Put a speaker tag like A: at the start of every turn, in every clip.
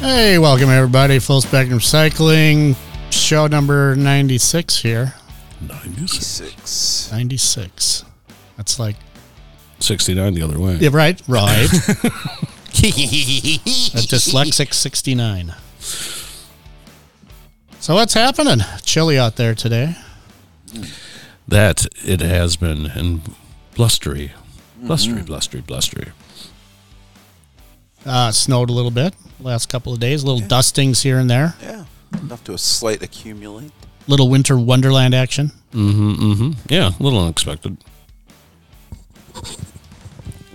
A: Hey, welcome everybody. Full Spectrum Cycling, show number 96 here.
B: 96.
C: Six.
A: 96. That's like,
B: 69 the other way.
A: yeah, right, right. That's dyslexic 69. So what's happening? Chilly out there today.
B: That it has been and blustery. Blustery, blustery, blustery.
A: Uh, snowed a little bit last couple of days. Little dustings here and there.
C: Yeah. Enough to a slight accumulate.
A: Little winter wonderland action.
B: Mm-hmm. Yeah, a little unexpected.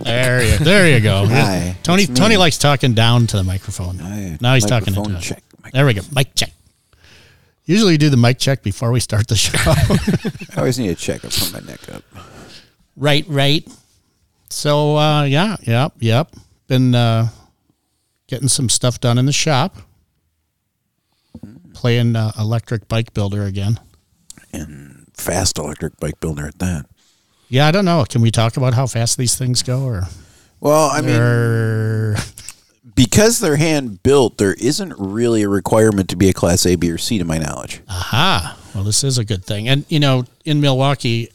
A: There you, there you go.
C: Hi,
A: Tony
C: it's me.
A: Tony likes talking down to the microphone.
C: Hi.
A: Now he's talking
C: Microphone
A: into it.
C: check. Mic-
A: There we go. Mic check. Usually you do the mic check before we start the show.
C: I always need a check. I put my neck up.
A: right, right. So uh, yeah, yep, yep. Been uh, getting some stuff done in the shop. Playing uh, electric bike builder again.
C: And fast electric bike builder at that.
A: Yeah, I don't know. Can we talk about how fast these things go, or,
C: Well, I mean,
A: or
C: because they're hand built, there isn't really a requirement to be a class A, B, or C, to my knowledge.
A: Aha. Well, this is a good thing. And you know, in Milwaukee,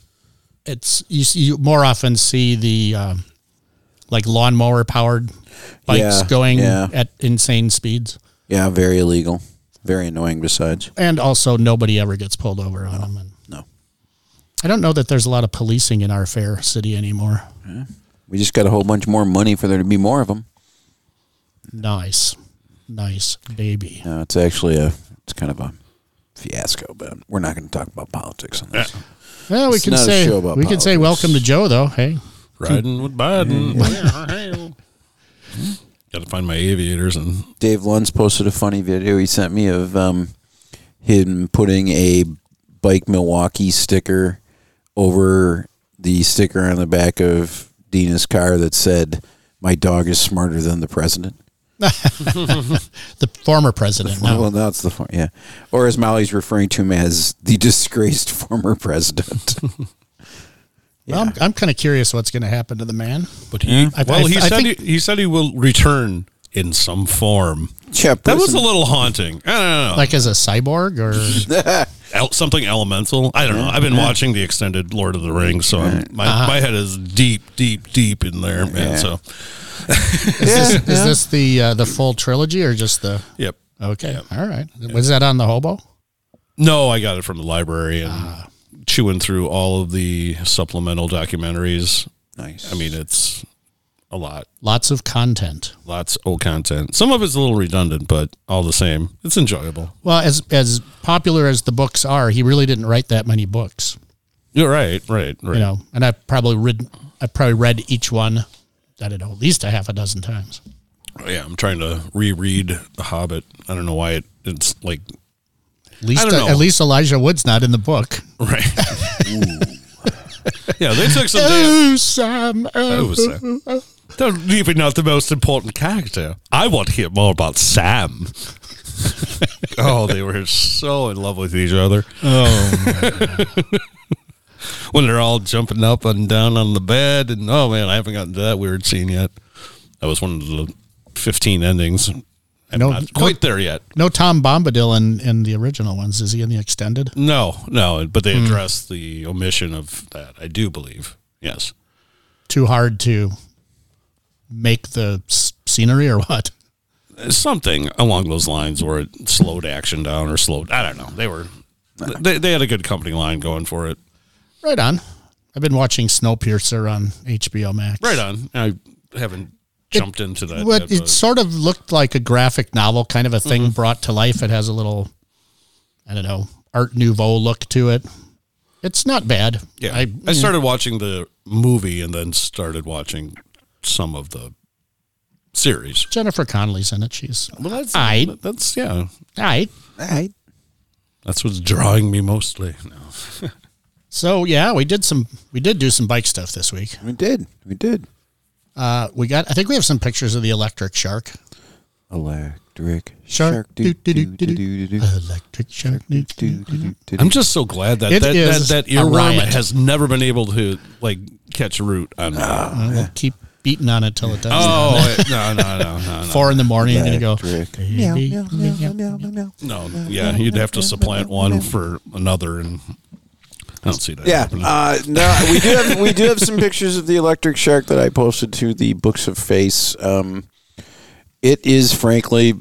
A: it's you, see- you more often see the um, like lawnmower powered bikes
C: Yeah,
A: going
C: yeah.
A: at insane speeds.
C: Yeah, very illegal. Very annoying. Besides,
A: And also, nobody ever gets pulled over on them. And
C: no,
A: I don't know that there's a lot of policing in our fair city anymore.
C: we just got a whole bunch more money for there to be more of them.
A: Nice, nice baby.
C: No, Uh, it's actually a, it's kind of a fiasco. But we're not going to talk about politics on this.
A: Well, we
C: It's
A: can
C: not a
A: say
C: show about
A: we can say
C: politics.
A: welcome to Joe though. Hey,
B: Riding with
A: Mm-hmm.
B: Biden. Got to find my aviators and
C: Dave Lund's posted a funny video he sent me of um, him putting a Bike Milwaukee sticker over the sticker on the back of Dina's car that said, My dog is smarter than the president.
A: the former president. now.
C: Well, that's the fun. Yeah. Or as Molly's referring to him as the disgraced former president.
A: Well, I'm, I'm kind of curious what's going to happen to the man.
B: but he
A: I-
B: well
A: I-
B: he
A: I
B: said
A: think-
B: he, he said he will return in some form.
C: yeah,
B: That was
C: person-
B: a little haunting. I don't know.
A: Like as a cyborg or
B: el- something elemental. I don't know. I've been watching the extended Lord of the Rings, so I'm, my
A: Uh-huh.
B: my head is deep, deep, deep in there, man.
C: Yeah.
B: So,
C: Yeah,
A: Is
C: yeah.
A: this the uh, the full trilogy or just the?
B: yep.
A: Okay, all right. Was that on the hobo?
B: No, I got it from the library and chewing through all of the supplemental documentaries.
C: nice.
B: I mean, it's a lot,
A: Lots of content.
B: lots of content. Some of it's a little redundant, but all the same, it's enjoyable.
A: Well, as as popular as the books are, he really didn't write that many books,
B: You're right, right, right.
A: you know. And I probably read I probably read each one, I don't know, at least a half a dozen times.
B: Yeah, I'm trying to reread The Hobbit. I don't know why it, it's like
A: At least
B: don't know.
A: at least Elijah Wood's not in the book.
B: right. yeah, they took some. damn-
A: Oh, Sam.
B: That
A: Oh.
B: was Sam. That's even not the most important character. I want to hear more about Sam. oh, they were so in love with each other.
A: Oh.
B: When they're all jumping up and down on the bed, and oh man, I haven't gotten to that weird scene yet. That was one of the 15 endings. I'm
A: No-
B: not quite there yet.
A: No Tom Bombadil in, in the original ones. Is he in the extended?
B: No, no, but they addressed the omission of that, I do believe. Yes.
A: Too hard to make the s- scenery or what?
B: something along those lines where it slowed action down or slowed. I don't know. They were they, they had a good company line going for it.
A: Right on. I've been watching Snowpiercer on HBO Max.
B: Right on. I haven't jumped into that.
A: What
B: yet,
A: it
B: but-
A: sort of looked like a graphic novel kind of a thing
B: Mm-hmm.
A: brought to life. It has a little, I don't know, Art Nouveau look to it. It's not bad.
B: yeah,
A: I,
B: I, started watching the movie and then started watching some of the series.
A: Jennifer Connelly's in it. She's
B: Well, that's
A: I-
B: that's yeah.
A: all right.
C: All right.
B: That's what's drawing me mostly. No.
A: So yeah, we did some. We did do some bike stuff this week.
C: We did. We did.
A: Uh, we got. I think we have some pictures of the electric shark.
C: Electric
A: Shark.
C: doo,
A: Do, do,
C: doo,
A: do,
C: doo,
A: do,
C: doo, doo,
A: Electric shark. do, do.
C: doo, doo, doo, doo.
B: I'm just so glad that
A: It
B: that, that
A: is
B: that
A: a
B: earworm
A: riot.
B: has never been able to like catch root on. me.
A: We'll keep beating on it till it does.
B: Oh wait, no, no, no, no, no.
A: Four in the morning, and you go.
C: Electric.
A: "Meow, meow, meow, meow, meow."
B: No, yeah, you'd have to supplant one for another, and I don't see that.
C: Yeah,
B: happening.
C: uh, no, we do have we do have some pictures of the electric shark that I posted to the Books of Face. Um, it is frankly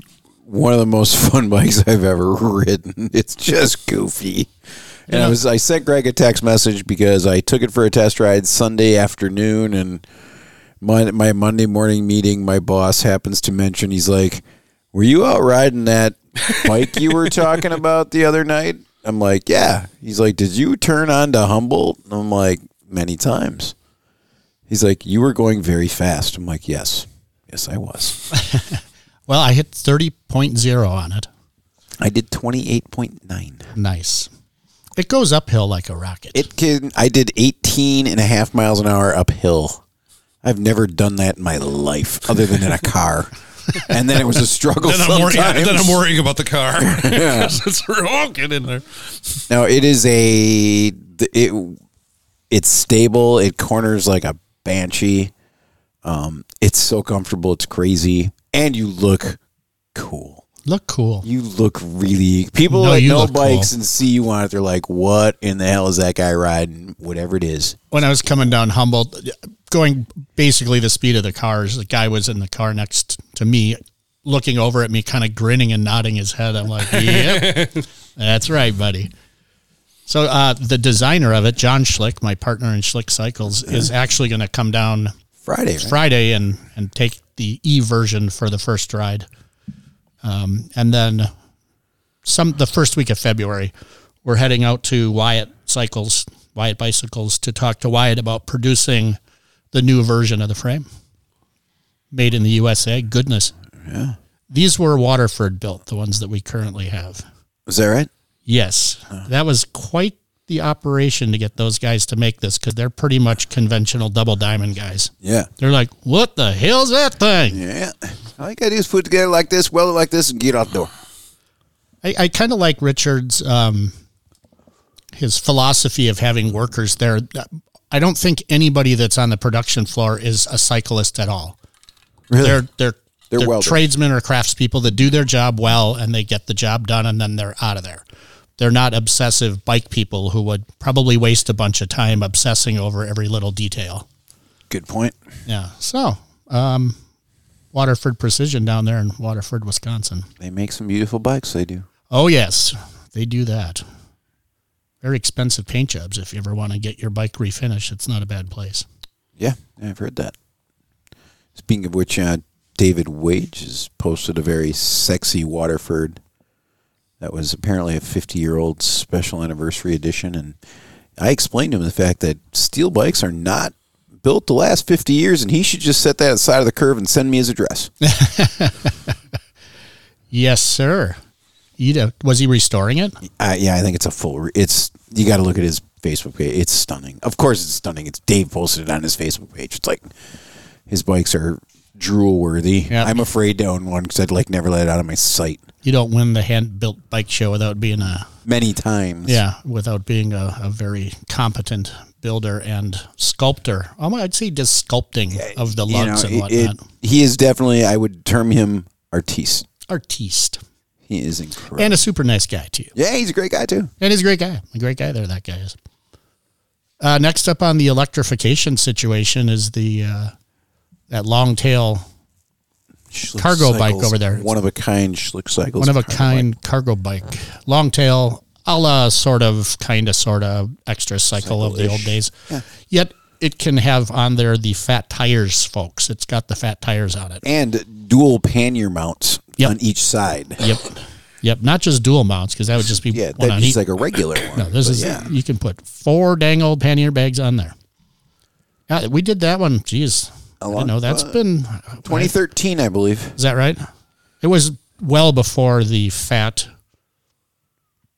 C: one of the most fun bikes I've ever ridden. It's just goofy. And I was I sent Greg a text message because I took it for a test ride Sunday afternoon, and my my Monday morning meeting, my boss happens to mention he's like, "Were you out riding that bike you were talking about the other night?" I'm like, "Yeah." He's like, "Did you turn on to Humboldt?" And I'm like, "Many times." He's like, "You were going very fast." I'm like, "Yes, yes, I was.
A: Well, I hit 30.0 on it.
C: I did 28.9."
A: Nice. It goes uphill like a rocket.
C: It can. I did 18 and a half miles an hour uphill. I've never done that in my life, other than in a car. And then it was a struggle.
B: Then I'm, worrying,
C: sometimes.
B: then I'm worrying about the car. it's rocking in there.
C: No, it is a th- it. It's stable. It corners like a banshee. Um, it's so comfortable. It's crazy, and you look cool.
A: Look cool.
C: You look really. People
A: No,
C: that
A: you
C: know
A: look
C: bikes
A: cool.
C: and see you on it, they're like, "What in the hell is that guy riding?" Whatever it is,
A: When I was coming down Humboldt, going basically the speed of the cars, the guy was in the car next to me, looking over at me, kind of grinning and nodding his head. I'm like, yep, that's right, buddy. So uh, the designer of it, John Schlick, my partner in Schlick Cycles, is actually going to come down
C: Friday. Right?
A: Friday and and take the e version for the first ride, um, and then some the first week of February, we're heading out to Wyatt Cycles, Wyatt Bicycles, to talk to Wyatt about producing the new version of the frame, made in the USA. Goodness, yeah. These were Waterford built, the ones that we currently have.
C: Is that right?
A: Yes, that was quite the operation to get those guys to make this because they're pretty much conventional double diamond guys.
C: Yeah.
A: They're like, what the hell's that thing?
C: Yeah. All you gotta do is put it together like this, weld it like this, and get out the door.
A: I, I kind of like Richard's um, his philosophy of having workers there. I don't think anybody that's on the production floor is a cyclist at all.
C: Really?
A: They're they're
C: They're
A: they're
C: welders.
A: tradesmen or craftspeople that do their job well and they get the job done and then they're out of there. They're not obsessive bike people who would probably waste a bunch of time obsessing over every little detail.
C: Good point.
A: Yeah. So, um, Waterford Precision down there in Waterford, Wisconsin.
C: They make some beautiful bikes, they do.
A: Oh yes, they do that. Very expensive paint jobs. If you ever want to get your bike refinished, it's not a bad place.
C: Yeah, I've heard that. Speaking of which, uh, David Wage has posted a very sexy Waterford that was apparently a 50 year old special anniversary edition. And I explained to him the fact that steel bikes are not built to last 50 years, and he should just set that aside of the curve and send me his address.
A: Yes, sir. You'd have- was he restoring it?
C: Uh, yeah, I think it's a full. Re- it's you got to look at his Facebook page. It's stunning. Of course, it's stunning. It's Dave posted it on his Facebook page. It's like his bikes are drool worthy.
A: Yep.
C: I'm afraid to own one because I'd like never let it out of my sight
A: You don't win the hand-built bike show without being a
C: many times.
A: yeah, without being a, a very competent builder and sculptor. Um, I'd say just sculpting of the
C: you know,
A: lugs
C: it-
A: and
C: it-
A: whatnot.
C: he is definitely. I would term him artiste.
A: Artiste
C: He is incredible.
A: and a super nice guy too.
C: yeah, he's a great guy too.
A: And he's a great guy. A great guy there, that guy is. Uh, next up on the electrification situation is the uh, that long tail,
C: Schlick
A: Cargo bike over there.
C: One of a kind Schlick cycles.
A: one of a
C: cargo
A: kind cargo bike, long tail, a la sort of, kind of, sort of extra cycle of the old days. Yet it can have on there the fat tires, folks. It's got the fat tires on it.
C: bike. and dual pannier mounts
A: Yep.
C: on each side.
A: Yep, yep. Not just dual mounts because that would just be
C: Yeah,
A: one on
C: that's
A: each.
C: like a regular one.
A: No, this
C: but
A: is you can put four dang old pannier bags on there. Yeah, we did that one. Jeez, I
C: long-
A: don't know. That's been
C: 2013, I believe.
A: Is that right? It was well before the fat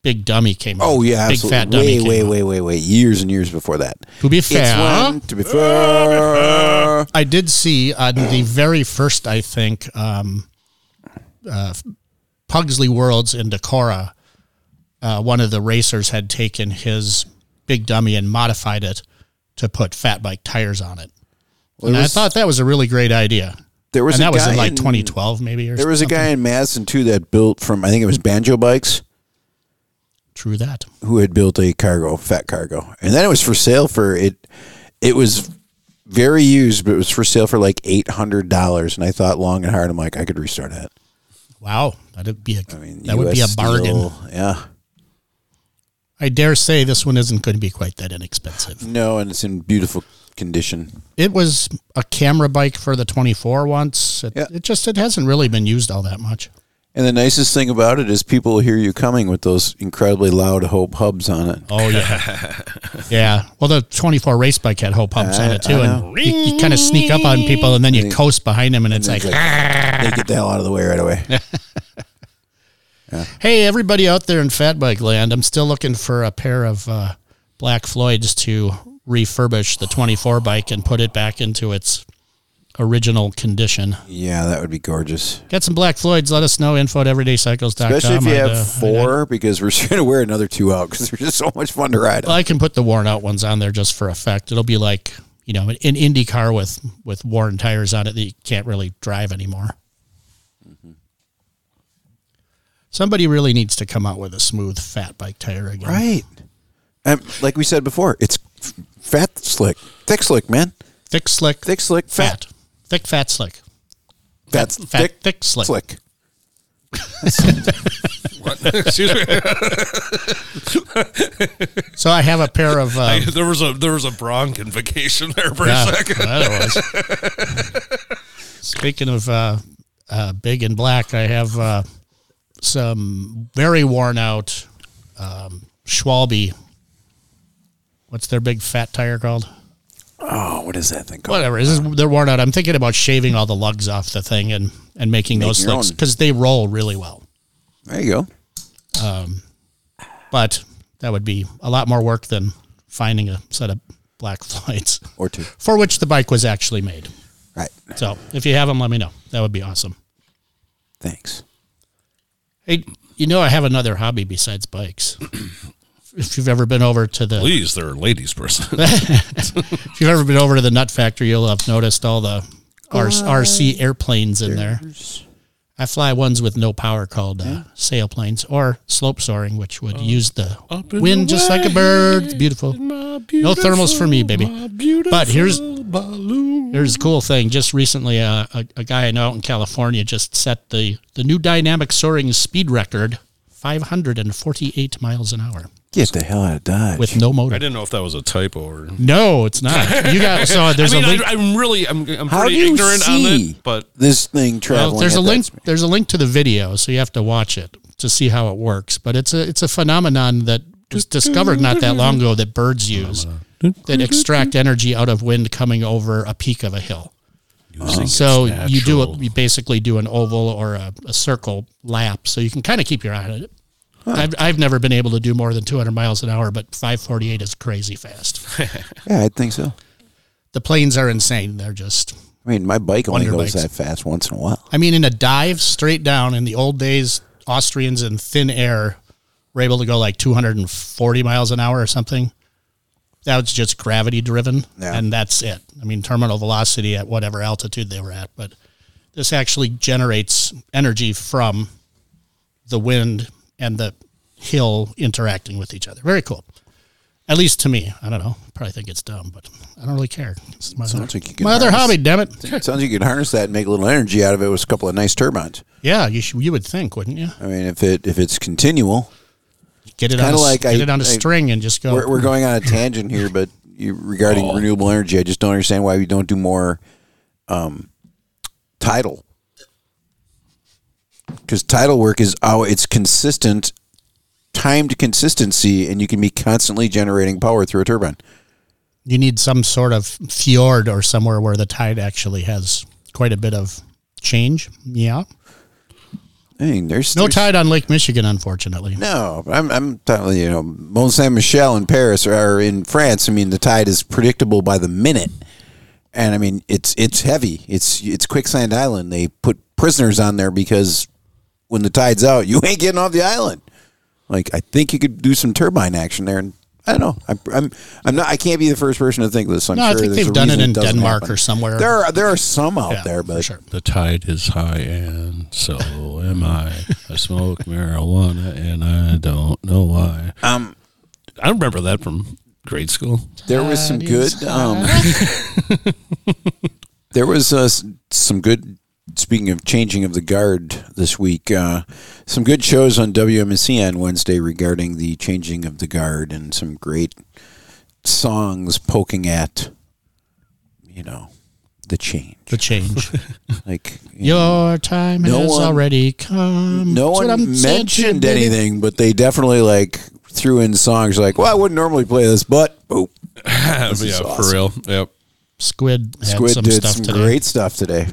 A: big dummy came. out.
C: Oh yeah,
A: big
C: absolutely.
A: fat dummy.
C: way,
A: came
C: way,
A: out.
C: way, way, way. Years and years before that.
A: To be
C: It's
A: fair,
C: when to be fair.
A: I did see on the very first, I think, um, uh, Pugsley Worlds in Decorah, uh, one of the racers had taken his big dummy and modified it to put fat bike tires on it. And I
C: was-
A: thought that was a really great idea.
C: There was
A: and
C: a
A: that was
C: guy
A: in like
C: in-
A: 2012, maybe. Or
C: There was a
A: something.
C: guy in Madison too that built from I think it was Banjo Bikes
A: True that.
C: who had built a cargo fat cargo, and then it was for sale for it. It was very used, but it was for sale for like eight hundred dollars. And I thought long and hard. I'm like, I could restore that.
A: Wow, that'd be a
C: I mean,
A: that would be a
C: US
A: bargain.
C: Steel, yeah.
A: I dare say this one isn't going to be quite that inexpensive.
C: No, and it's in beautiful condition.
A: It was a camera bike for the 24 once. It,
C: Yeah.
A: it just it hasn't really been used all that much.
C: And the nicest thing about it is people hear you coming with those incredibly loud Hope hubs on it.
A: Oh yeah, yeah. Well, the 24 race bike had whole pumps on
C: I-
A: it too,
C: Uh, I
A: and you, you kind of sneak up on people, and then you coast behind them, and it's like,
C: It's like, they get the hell out of the way right away.
A: hey, everybody out there in fat bike land, I'm still looking for a pair of uh, Black Floyds to refurbish the 24 bike and put it back into its original condition.
C: Yeah, that would be gorgeous.
A: Got some Black Floyds. Let us know. Info at everydaycycles.com.
C: Especially if you
A: I'd,
C: have
A: uh, I'd-
C: four, because we're going to wear another two out because they're just so much fun to ride.
A: Well, I can put the worn out ones on there just for effect. It'll be like, you know, an, an Indy car with, with worn tires on it that you can't really drive anymore.
C: Mm-hmm.
A: Somebody really needs to come out with a smooth fat bike tire again.
C: Right. And like we said before, it's f- fat slick, thick slick, man.
A: Thick, slick,
C: Thick slick, fat.
A: fat. Thick, fat, slick.
C: That's
A: Fat,
C: thick,
A: thick, slick.
C: slick.
B: Excuse me.
A: So I have a pair of. Uh,
B: there was a there was a Bronk invocation there for
A: yeah,
B: a second.
A: that it was. Speaking of uh, uh, big and black, I have uh, some very worn out um, Schwalbe. What's their big fat tire called?
C: Oh, what is that thing called?
A: Whatever. This is, they're worn out. I'm thinking about shaving all the lugs off the thing and, and making those
C: your
A: slicks
C: own.
A: because they roll really well.
C: There you go.
A: But that would be a lot more work than finding a set of black flights
C: Or two.
A: for which the bike was actually made.
C: Right.
A: So if you have them, let me know. That would be awesome.
C: Thanks.
A: Hey, you know I have another hobby besides bikes. if you've ever been over to the
B: Please, they're a ladies' person.
A: if you've ever been over to the nut factory, you'll have noticed all the R- RC airplanes in there. I fly ones with no power called uh, sailplanes or slope soaring, which would use the
B: Up and
A: wind just like a bird. It's beautiful.
B: no
A: thermals for me, baby. But here's-
B: balloon.
A: Here's a cool thing. Just recently, uh, a, a guy I know out in California just set the, the new dynamic soaring speed record, 548 miles an hour
C: Get the hell out of Dodge.
A: with no
B: I
A: motor.
B: didn't know if that was a typo or.
A: No, it's not. You got so there's
B: I mean,
A: a link.
B: I, am really, I'm, I'm
C: How do
B: pretty
C: you
B: ignorant on
C: see?
B: it, but
C: this thing
A: well,
C: traveling.
A: there's
C: at
A: a
C: that
A: link.
C: speed.
A: There's a link to the video, so you have to watch it to see how it works. But it's a it's a phenomenon that was discovered not that long ago that birds use that extract energy out of wind coming over a peak of a hill. Uh, So you do a, you basically do an oval or a, a circle lap, so you can kind of keep your eye on it. I've, I've never been able to do more than 200 miles an hour, but 548 is crazy fast.
C: Yeah, I think so.
A: the planes are insane. They're just
C: I mean, my bike only
A: Wonder
C: goes
A: bikes.
C: that fast once in a while.
A: I mean, in a dive straight down in the old days, Austrians in thin air were able to go like 240 miles an hour or something. That was just gravity driven,
C: Yeah.
A: and that's it. I mean, terminal velocity at whatever altitude they were at, but this actually generates energy from the wind and the hill interacting with each other. Very cool. At least to me. I don't know. Probably think it's dumb, but I don't really care. It's my other,
C: Sounds like you could
A: my other
C: harness-
A: hobby, damn it.
C: Sounds like you could harness that and make a little energy out of it with a couple of nice turbines.
A: Yeah, you, should, you would think, wouldn't you?
C: I mean, if it if it's continual,
A: get it
C: Kinda
A: on a,
C: like
A: get
C: I-
A: it on a
C: I-
A: string and just go.
C: we're, we're going on a tangent here, but you, regarding
A: Oh.
C: renewable energy, I just don't understand why we don't do more um, tidal because tidal work is oh, it's consistent, timed consistency, and you can be constantly generating power through a turbine.
A: you need some sort of fjord or somewhere where the tide actually has quite a bit of change. Yeah,
C: I mean, there's
A: no
C: there's-
A: tide on Lake Michigan, unfortunately.
C: No, I'm, I'm telling you, you know, Mont Saint Michel in Paris or, or in France. I mean, the tide is predictable by the minute, and I mean, it's it's heavy. It's it's quicksand island. They put prisoners on there because when the tide's out, you ain't getting off the island. Like I think you could do some turbine action there and I don't know. I'm, I'm, I'm not. I can't be the first person to think this. I'm
A: No,
C: sure
A: I think
C: there's
A: they've
C: a
A: done it
C: reason
A: in
C: doesn't
A: Denmark
C: happen.
A: or somewhere.
C: There are there are some out
A: Yeah,
C: there,
A: for
C: but
A: sure.
B: The tide is high, and so am I. I smoke marijuana, and I don't know why.
C: um,
B: I remember that from grade school.
C: there was some
A: Tide
C: good.
A: is
C: Um, there was uh, s- some good. Speaking of changing of the guard this week, uh, some good shows on WMSC on Wednesday regarding the changing of the guard and some great songs poking at, you know, the change.
A: The change.
C: Like you
A: Your time
C: No
A: has
C: one-
A: already come.
C: No
A: That's what I'm
C: one
A: saying,
C: mentioned
A: Jim, baby.
C: anything, but they definitely like threw in songs like, "Well, I wouldn't normally play this, but boop."
B: yeah,
C: is
B: for
C: awesome.
B: real. Yep.
A: Squid had
C: Squid
A: some
C: did
A: stuff
C: some
A: today.
C: great stuff today.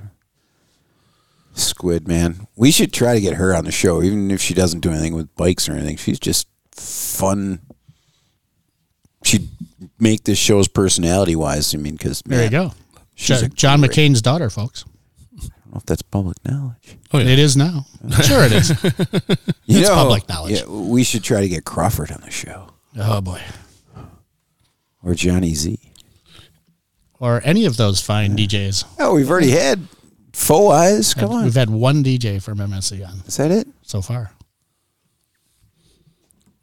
C: Squid, man, we should try to get her on the show, even if she doesn't do anything with bikes or anything. She's just fun. She'd make this show's personality wise. I mean, because
A: There you go.
C: She's
A: Jo-
C: a
A: John
C: great-
A: McCain's daughter, folks.
C: I don't know if that's public knowledge.
B: Oh, yeah.
A: It is now. Sure, it is.
C: You
A: It's public knowledge.
C: Yeah, we should try to get Crawford on the show
A: oh boy.
C: or Johnny Z.
A: Or any of those fine DJs.
C: Oh, we've already had faux eyes. Come on.
A: We've had one DJ from MSC on
C: Is that it?
A: so far.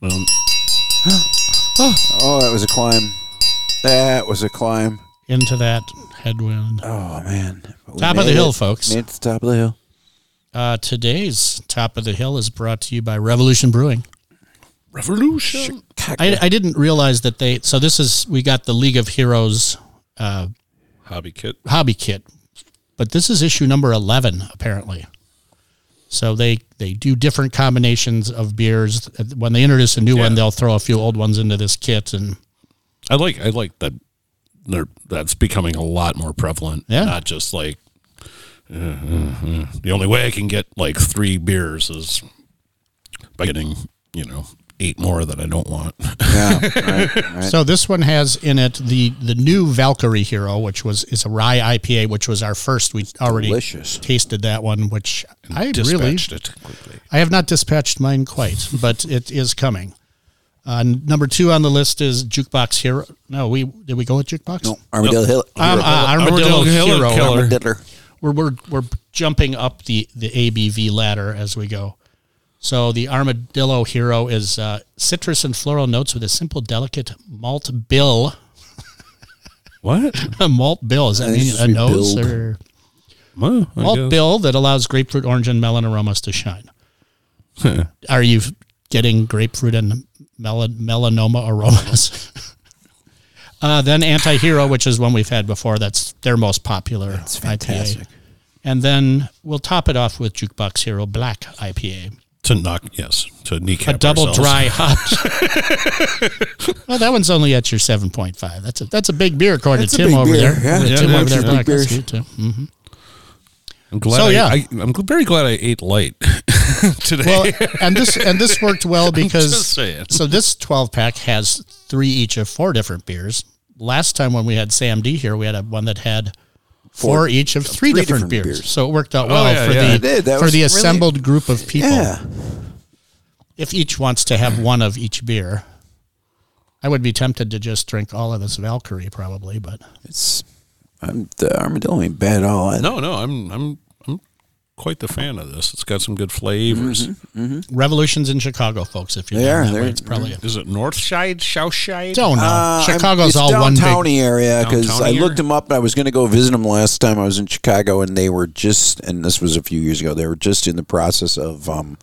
B: Well,
C: Oh, that was a climb. That was a climb.
A: Into that headwind.
C: Oh man. But we
A: Top of the
C: made
A: hill,
C: it.
A: folks.
C: Made it to the top of the hill.
A: Uh, today's Top of the Hill is brought to you by Revolution Brewing.
B: revolution.
A: I, I didn't realize that they. So this is we got the League of Heroes uh,
B: Hobby kit.
A: hobby kit, but this is issue number eleven apparently. So they they do different combinations of beers. When they introduce a new one,
B: Yeah.
A: they'll throw a few old ones into this kit, and
B: I like I like that they're, that's becoming a lot more prevalent.
A: Yeah.
B: Not just like uh, uh, uh. the only way I can get like three beers is by getting, you know, eight more that I don't want.
C: Yeah. right, right.
A: so this one has in it the the new Valkyrie Hero, which was is a rye IPA, which was our first. We already
C: Delicious.
A: tasted that one, which I really
B: Dispatched it quickly.
A: I have not dispatched mine quite, but it is coming. Uh, n- number two on the list is Jukebox Hero. No, we did we go with Jukebox?
C: No, Armadillo Hill.
A: Um, uh, Armadillo,
B: Armadillo Hill
A: Hero.
B: Killer.
C: Diddler.
A: We're, we're we're jumping up the the ABV ladder as we go. So the Armadillo Hero is uh, citrus and floral notes with a simple, delicate malt bill.
B: What?
A: a malt bill is that
C: I think it
A: mean
C: should
A: a
C: be
A: nose
C: billed.
A: or
B: Well, I
A: malt
B: guess.
A: bill that allows grapefruit, orange, and melon aromas to shine. Are you f- getting grapefruit and melon melanoma aromas? uh, then anti-hero, which is one we've had before. That's their most popular. That's
C: fantastic.
A: IPA. And then we'll top it off with Jukebox Hero Black IPA,
B: to knock yes to
A: a
B: kneecap
A: double
B: ourselves.
A: dry hop. well, that one's only at your seven point five. That's a that's a big beer according
C: That's
A: to
C: a
A: Tim
C: big
A: over
C: beer.
A: there.
C: Yeah,
A: With
B: yeah,
A: Tim
B: yeah,
A: over there.
C: it's a
A: Black.
C: big
A: That's
C: beer.
A: good, too. Mhm.
B: I'm glad.
A: So,
B: I,
A: yeah.
B: I, I'm very glad I ate light today.
A: Well, and this and this worked well
B: just
A: because
B: saying.
A: so this 12 pack has three each of four different beers. Last time when we had Sam D here, we had a one that had four,
C: Four-
A: each of three,
C: three
A: different, beers.
C: different beers.
A: So it worked out well
B: Oh, yeah,
A: for
B: yeah.
A: the
B: It
C: did. That
A: for
C: was
A: the
C: really-
A: assembled group of people.
C: Yeah.
A: If each wants to have one of each beer, I would be tempted to just drink all of this Valkyrie probably, but
C: It's I'm the armadillo ain't bad at all. I,
B: no, no, I'm I'm I'm quite the fan of this. It's got some good flavors.
A: Mm-hmm. Revolutions in Chicago, folks. If you're
C: They
A: down
C: are.
A: that way,
C: They're-
A: it's probably a,
B: Is it north side, south side?
A: don't know.
C: Uh, I'm-
A: Chicago's
C: it's
A: all one
C: downtowny
A: big.
C: area because I
B: Downtowny
C: looked
B: area?
C: them up. and I was going to go visit them last time I was in Chicago, and they were just and this was a few years ago. They were just in the process of um,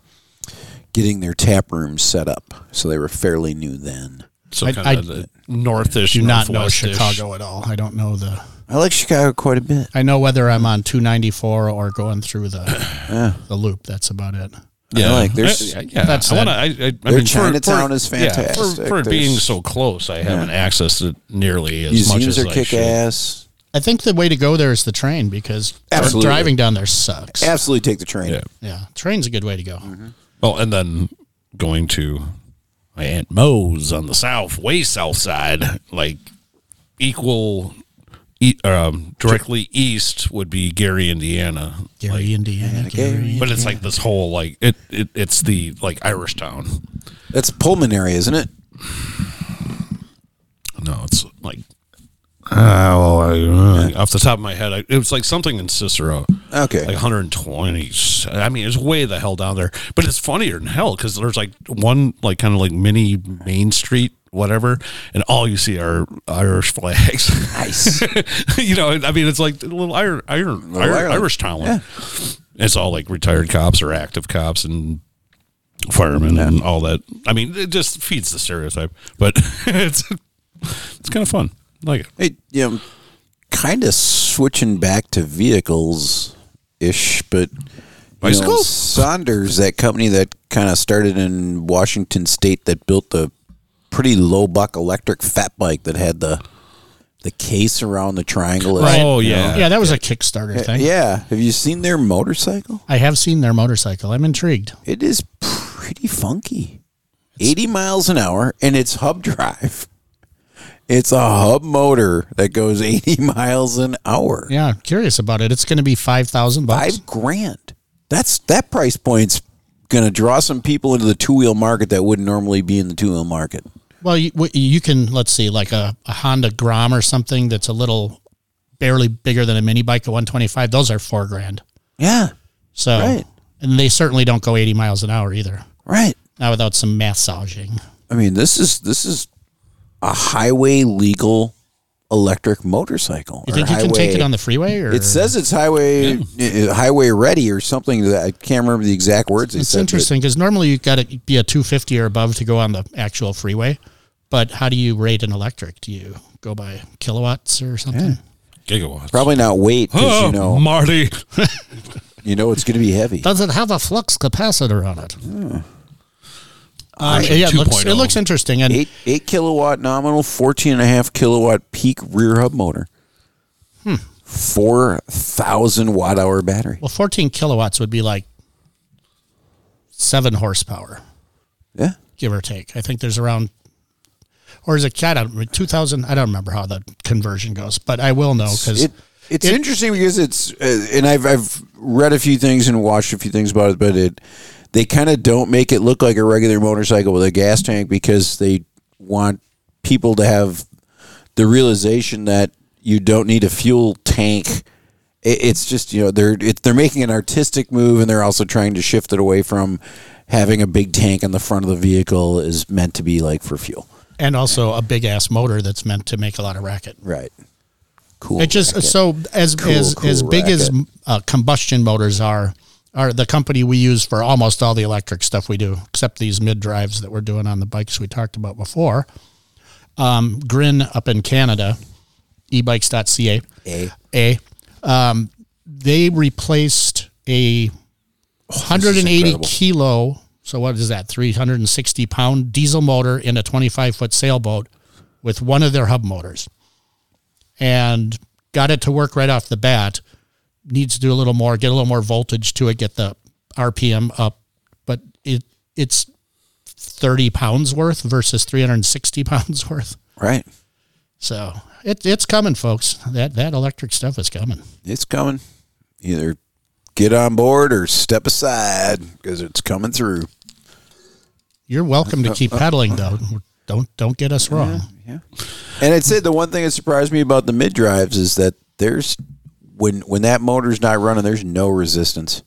C: getting their tap rooms set up, so they were fairly new then.
B: So
A: I-
B: kind
A: I
B: of the northish,
A: Do not know
B: northwest-ish.
A: Chicago at all. I don't know the.
C: I like Chicago quite a bit.
A: I know whether I'm on 294 or going through the the loop. That's about it.
C: Yeah, like there's
B: I, I- yeah.
A: That's
B: I
A: that.
B: want to. I, I, I
C: Their
B: mean, for-
C: Chinatown
B: for-
C: is
B: Yeah,
C: fantastic.
B: for, for being
C: There's-
B: so close, I haven't accessed it nearly as much
C: museums
B: as
C: are
B: I
C: kick
B: should.
C: ass.
A: I think the way to go there is the train because
C: Absolutely.
A: driving down there sucks.
C: Absolutely take the train.
B: Yeah.
A: Yeah, train's a good way to go.
C: Mm-hmm.
B: Well, and then going to my aunt Mo's on the south, way south side, like equal, e- um, directly east would be Gary, Indiana.
A: Gary, Indiana. Gary.
B: But it's like this whole like it, it it's the like Irish town.
C: That's Pullman area, isn't it?
B: no, it's like, ah, well, I- uh, off the top of my head, I, it was like something in Cicero,
C: Okay.
B: like 120. I mean, it's way the hell down there, but it's funnier than hell because there's like one, like kind of like mini main street, whatever, and all you see are Irish flags.
C: Nice.
B: you know, I mean, it's like a little iron, iron, iron
C: Ireland.
B: Irish town. It's all like retired cops or active cops and firemen and all that. I mean, it just feeds the stereotype, but it's it's kind of fun. I Like, it.
C: Hey, yeah, I'm kind of switching back to vehicles ish, but you know,
B: Bicycles?
C: Saunders, that company that kind of started in Washington State, that built the pretty low buck electric fat bike that had the the case around the triangle.
A: Right.
B: oh
A: You
B: yeah,
A: yeah, that was a Kickstarter thing.
C: Yeah, have you seen their motorcycle?
A: I have seen their motorcycle. I'm intrigued.
C: It is pretty funky. 80 miles an hour and it's hub drive. It's a hub motor that goes 80 miles an hour.
A: Yeah, I'm curious about it. It's going to be five thousand bucks.
C: Five grand. That's that price point's going to draw some people into the two-wheel market that wouldn't normally be in the two-wheel market.
A: Well, you, what- you can let's see, like a, a Honda Grom or something that's a little barely bigger than a mini bike, a 125. Those are four grand.
C: Yeah.
A: So,
C: Right.
A: and they certainly don't go 80 miles an hour either.
C: Right.
A: Not without some massaging.
C: I mean, this is this is a highway legal electric motorcycle.
A: You
C: or
A: think you can take
C: highway-
A: it on the freeway? Or
C: It says it's highway uh, highway ready or something to that I can't remember the exact words. they
A: it's
C: said, but-
A: interesting because normally you've got to be a 250 or above to go on the actual freeway. But how do you rate an electric? Do you go by kilowatts or something?
B: gigawatts.
C: Probably not weight because
B: Oh,
C: you know
B: Marty.
C: you know it's going to be heavy.
A: Does it have a flux capacitor on it? Um,
B: Version
A: yeah, it looks,
B: 2.0.
A: it looks interesting. And
C: oh. Eight eight kilowatt nominal, 14 and a half kilowatt peak rear hub motor.
A: Hmm.
C: Four thousand watt hour battery.
A: Well, 14 kilowatts would be like seven horsepower,
C: Yeah,
A: give or take. I think there's around, or is it, I don't, remember, 2000, I don't remember how the conversion goes, but I will know because
C: it it's interesting because it's uh, and I've I've read a few things and watched a few things about it, but it they kind of don't make it look like a regular motorcycle with a gas tank because they want people to have the realization that you don't need a fuel tank. It, it's just you know they're it, they're making an artistic move and they're also trying to shift it away from having a big tank on the front of the vehicle is meant to be like for fuel.
A: and also a big ass motor that's meant to make a lot of racket.
C: Right. Cool.
A: It just
C: racket.
A: so as
C: Cool,
A: as
C: cool
A: as big as
C: racket.
A: uh, combustion motors are are the company we use for almost all the electric stuff we do, except these mid drives that we're doing on the bikes we talked about before. Um, Grin up in Canada, ebikes.ca.
C: A.
A: A. Um, they replaced a 180
C: incredible.
A: kilo, so what is that, 360 pound diesel motor in a 25 foot sailboat with one of their hub motors and got it to work right off the bat. Needs to do a little more, get a little more voltage to it, get the RPM up, but it it's 30 pounds worth versus 360 pounds worth.
C: right.
A: So it, it's coming, folks. That that electric stuff is coming.
C: It's coming. Either get on board or step aside because it's coming through.
A: You're welcome to keep pedaling, though. Don't don't get us wrong.
C: And I'd say the one thing that surprised me about the mid drives is that there's when when that motor's not running, there's no resistance.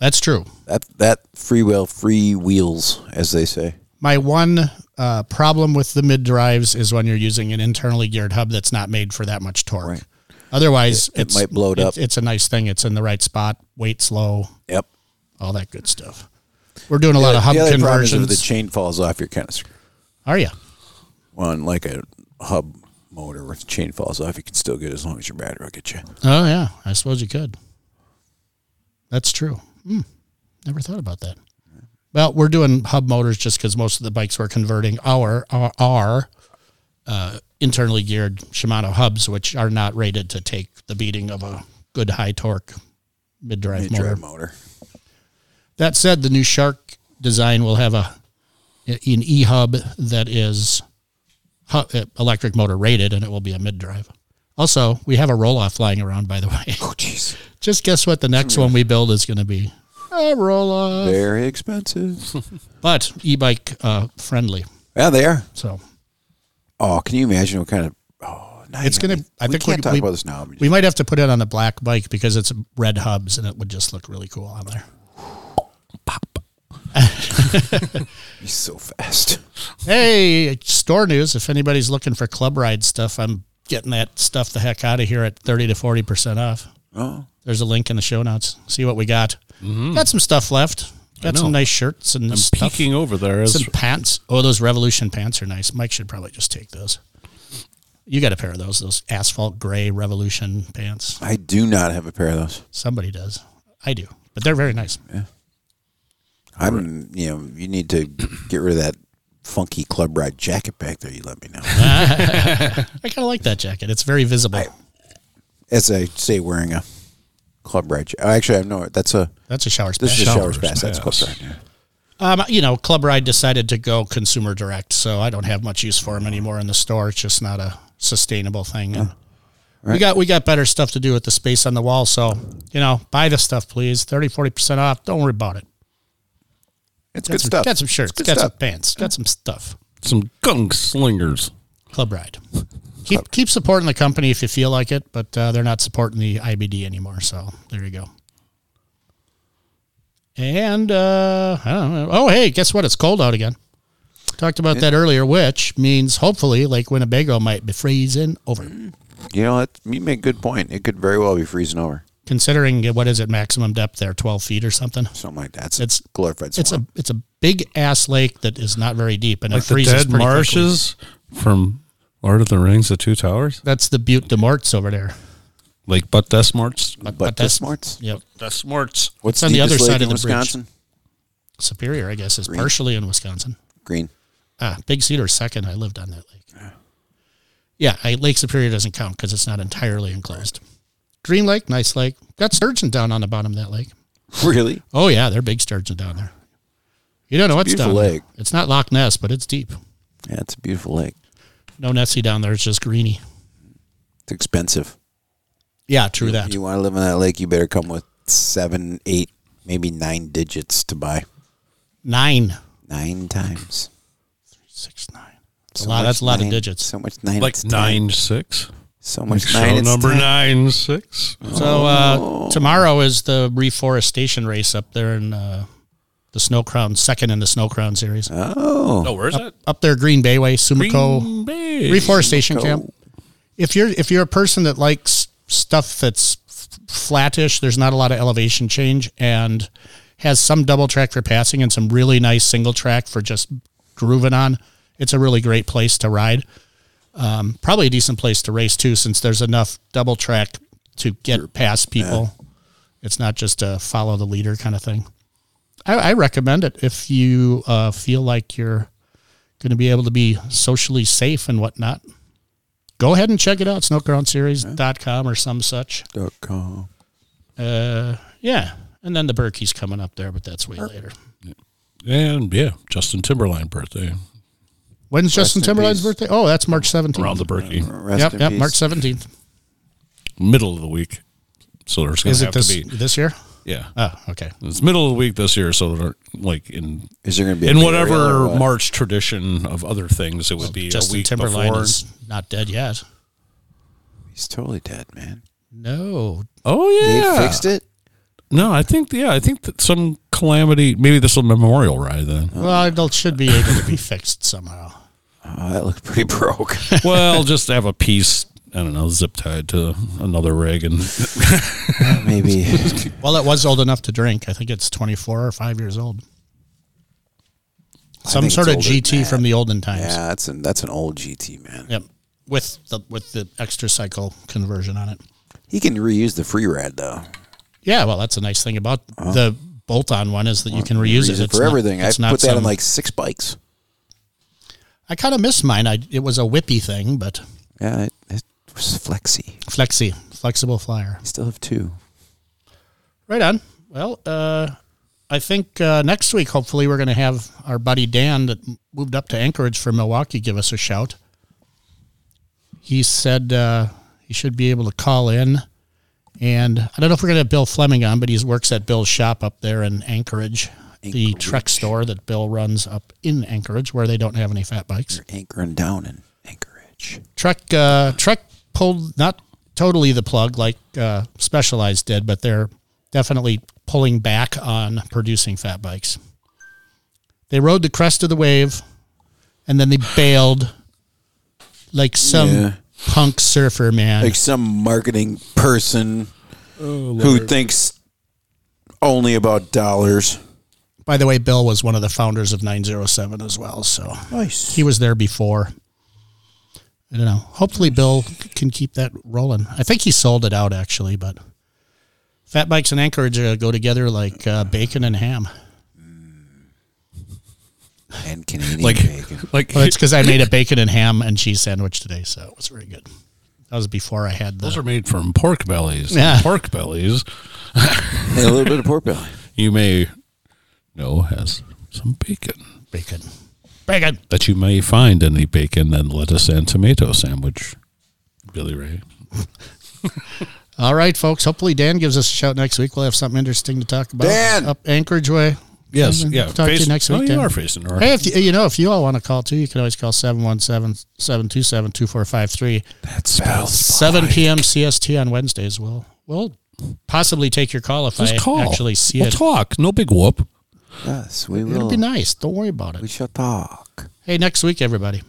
A: That's true.
C: That that free wheel free wheels, as they say.
A: My one uh, problem with the mid drives is when you're using an internally geared hub that's not made for that much torque.
C: Right.
A: Otherwise,
C: it might blow it up.
A: It's a nice thing. It's in the right spot. Weight's low.
C: Yep.
A: All that good stuff. We're doing a lot of hub
C: the other problem is if
A: conversions.
C: the chain falls off, you're kind of screwed.
A: Are you?
C: On like a hub motor, if the chain falls off, you can still get it as long as your battery will get you.
A: Oh yeah, I suppose you could. That's true. Hmm. Never thought about that. Well, we're doing hub motors just because most of the bikes we're converting are are, are uh, internally geared Shimano hubs, which are not rated to take the beating of a good high torque mid drive
C: Mid drive
A: motor.
C: motor.
A: That said, the new Shark design will have a an e hub that is hu- uh, electric motor rated, and it will be a mid drive. Also, we have a roll off flying around, by the way.
C: Oh, jeez.
A: Just guess what the next one we build is going to be. A roll off.
C: Very expensive.
A: But e bike uh, friendly.
C: yeah, they are.
A: So
C: Oh, can you imagine what kind of? Oh, not
A: It's
C: even-
A: gonna- I
C: we
A: think
C: can't
A: we-
C: talk
A: we-
C: about this now.
A: We might have to put it on a black bike because it's red hubs and it would just look really cool on there.
C: He's so fast.
A: Hey, store news. If anybody's looking for club ride stuff, I'm getting that stuff the heck out of here at 30 to 40% off.
C: Oh,
A: There's a link in the show notes. See what we got. Got some stuff left. Got
B: know.
A: some nice shirts and
B: I'm
A: stuff.
B: peeking oh. over there. As,
A: Some pants. Oh, those Revolution pants are nice. Mike should probably just take those. You got a pair of those, those asphalt gray Revolution pants.
C: I do not have a pair of those.
A: Somebody does. I do. But they're very nice.
C: I'm. You know, you need to get rid of that funky club ride jacket back there. You let me know.
A: I kind of like that jacket. It's very visible.
C: As I say, wearing a club ride. Ja- oh, actually, I know it. That's a.
A: That's a shower
C: This is
A: special.
C: a shower's
B: Shower's
C: pass. That's club
B: pass.
C: ride. yeah.
A: Um, you know, Club Ride decided to go consumer direct, so I don't have much use for them anymore in the store. It's just not a sustainable thing. And We got we got better stuff to do with the space on the wall, so you know, buy the stuff, please. 30 40 percent off. Don't worry about it.
C: It's
A: Got
C: good
A: some,
C: stuff.
A: Got some shirts.
C: good
A: Got some
C: stuff.
A: pants. Got some stuff.
B: some gung slingers.
A: Club Ride. Keep keep supporting the company if you feel like it, but uh, they're not supporting the IBD anymore. So there you go. And uh, I don't know. Oh, hey, guess what? It's cold out again. Talked about that earlier, which means hopefully Lake Winnebago might be freezing over.
C: You know, that, you make a good point. It could very well be freezing over,
A: Considering uh, what is it, maximum depth there, twelve feet or something.
C: something like that. It's,
A: It's-
C: a glorified.
A: It's a it's a big ass lake that is not very deep and
B: Like
A: it
B: the
A: freezes
B: dead
A: pretty quickly.
B: marshes from Lord of the Rings, The Two Towers.
A: That's the Butte de Morts over there.
B: Like Butt Desmarts.
C: but,
A: but
C: that's
A: that's-
C: smarts.
A: Yep,
B: Desmarts.
C: What's
A: on the
C: deepest
A: other
C: lake
A: side
C: in
A: of the bridge.
C: Wisconsin?
A: Superior, I guess, is partially in Wisconsin.
C: Green.
A: Ah, Big Cedar second. I lived on that lake. Yeah, I, Lake Superior doesn't count because it's not entirely enclosed. Green Lake, nice lake. Got sturgeon down on the bottom of that lake.
C: Really?
A: Oh yeah, they're big sturgeon down there. You don't know what's
C: beautiful
A: down there.
C: lake.
A: It's not Loch Ness, but it's deep.
C: Yeah, it's a beautiful lake.
A: No Nessie down there. It's just greeny.
C: It's expensive.
A: Yeah, true that.
C: You want to live on that lake, you better come with seven, eight, maybe nine digits to buy.
A: Nine,
C: Nine times.
A: six, nine.
C: It's
A: lot- that's a lot of digits.
C: So much nine.
B: Like
C: it's time.
B: nine six.
C: So
B: Like
C: much nine.
B: show
C: it's
B: number
C: time.
B: nine six.
A: So uh, tomorrow is the reforestation race up there in uh, the Snow Crown, second in the Snow Crown series.
C: Oh.
B: Oh, where's that?
A: up there, Green Bayway, Sumico.
B: Green Bay.
A: reforestation
C: Go.
A: camp. If you're if you're a person that likes stuff that's f- flattish, there's not a lot of elevation change, and has some double track for passing and some really nice single track for just grooving on. It's a really great place to ride. Um, probably a decent place to race too, since there's enough double track to get past people. It's not just a follow the leader kind of thing. I, I recommend it if you uh, feel like you're going to be able to be socially safe and whatnot. Go ahead and check it out, snowgroundseries.com or some such.
C: Dot com.
A: Uh, yeah. And then the Berkey's coming up there, but that's way later.
B: And yeah, Justin Timberline birthday
A: When's Justin
C: in
A: Timberlane's
C: peace.
A: birthday? Oh, that's March 17th.
B: around the Berkey,
C: Rest
A: yep,
C: in
A: yep,
C: peace.
A: March 17th.
B: middle of the week. So there's gonna
A: Mm-hmm. Is it
B: have
A: this
B: to be
A: this year?
B: yeah.
A: Oh, okay.
B: It's middle of the week this year, so they're like in
C: Is there going to be a
B: in
C: burial
B: whatever
C: or what?
B: March tradition of other things, it would be a
A: Justin
B: week
A: Timberline
B: before.
A: is not dead yet.
C: He's totally dead, man.
A: No.
B: Oh
C: They
B: yeah,
C: fixed it.
B: No, I think yeah, I think that some calamity. Maybe this will memorial ride then.
A: Well, it should be able to be fixed somehow.
C: Oh, that looked pretty broke.
B: well, just have a piece. I don't know, zip tied to another rig, and
C: Maybe.
A: Well, it was old enough to drink. I think it's 24 or 5 years old. Some
C: think
A: sort of
C: it's older than
A: GT from
C: that.
A: the olden times.
C: yeah, that's an that's an old GT man.
A: Yep. With the with the extra cycle conversion on it.
C: He can reuse the free ride though.
A: Yeah, well, that's a nice thing about the bolt-on one is that you can reuse,
C: Uh-huh. Reuse
A: it
C: it
A: It's
C: for
A: not-
C: everything. I
A: it's not
C: put that on
A: some-
C: like six bikes.
A: I kind of missed mine. I it was a whippy thing, but
C: Yeah, it, it was flexy.
A: flexi, flexible flyer.
C: I still have two.
A: Right on. Well, uh, I think uh, next week hopefully we're going to have our buddy Dan that moved up to Anchorage from Milwaukee give us a shout. He said uh, he should be able to call in, and I don't know if we're going to have Bill Fleming on, but he works at Bill's shop up there in Anchorage, the truck store that Bill runs up in Anchorage, where they don't have any fat bikes.
C: Anchoring down and anchoring. much.
A: Trek uh, Trek pulled not totally the plug like uh, Specialized did, but they're definitely pulling back on producing fat bikes. They rode the crest of the wave, and then they bailed like some
C: Yeah.
A: punk surfer man.
C: Like some marketing person who thinks only about dollars.
A: By the way, Bill was one of the founders of 907 as well, so
C: Nice.
A: he was there before. I don't know. Hopefully, Bill can keep that rolling. I think he sold it out actually, but fat bikes and Anchorage uh, go together like uh, bacon and ham.
C: And Canadian
B: Like,
C: bacon.
B: like
A: Well, it's because I made a bacon and ham and cheese sandwich today, so it was very good. That was before I had
B: those
A: the.
B: are made from pork bellies.
A: Yeah.
B: Pork bellies,
C: And a little bit of pork belly.
B: you may know, has some bacon
A: bacon. Bacon.
B: that you may find in the bacon and lettuce and tomato sandwich. Billy Ray.
A: All right, folks. Hopefully, Dan gives us a shout next week. We'll have something interesting to talk about.
C: Dan!
A: up Anchorage way.
B: Yes. Yeah.
A: Talk to you next week.
B: Oh, you
A: Dan.
B: are facing north.
A: Hey, if you, you know, if you all want to call too, you can always call 717-727-2453.
B: That spells.
A: 7 p.m. CST on Wednesdays. We'll, we'll possibly take your call if
B: Just
A: I
B: call.
A: actually see
B: we'll
A: it.
B: talk. No big whoop.
C: Yes, we
A: It'll
C: will.
A: be nice. Don't worry about
C: We
A: it.
C: shall talk.
A: Hey, next week, everybody.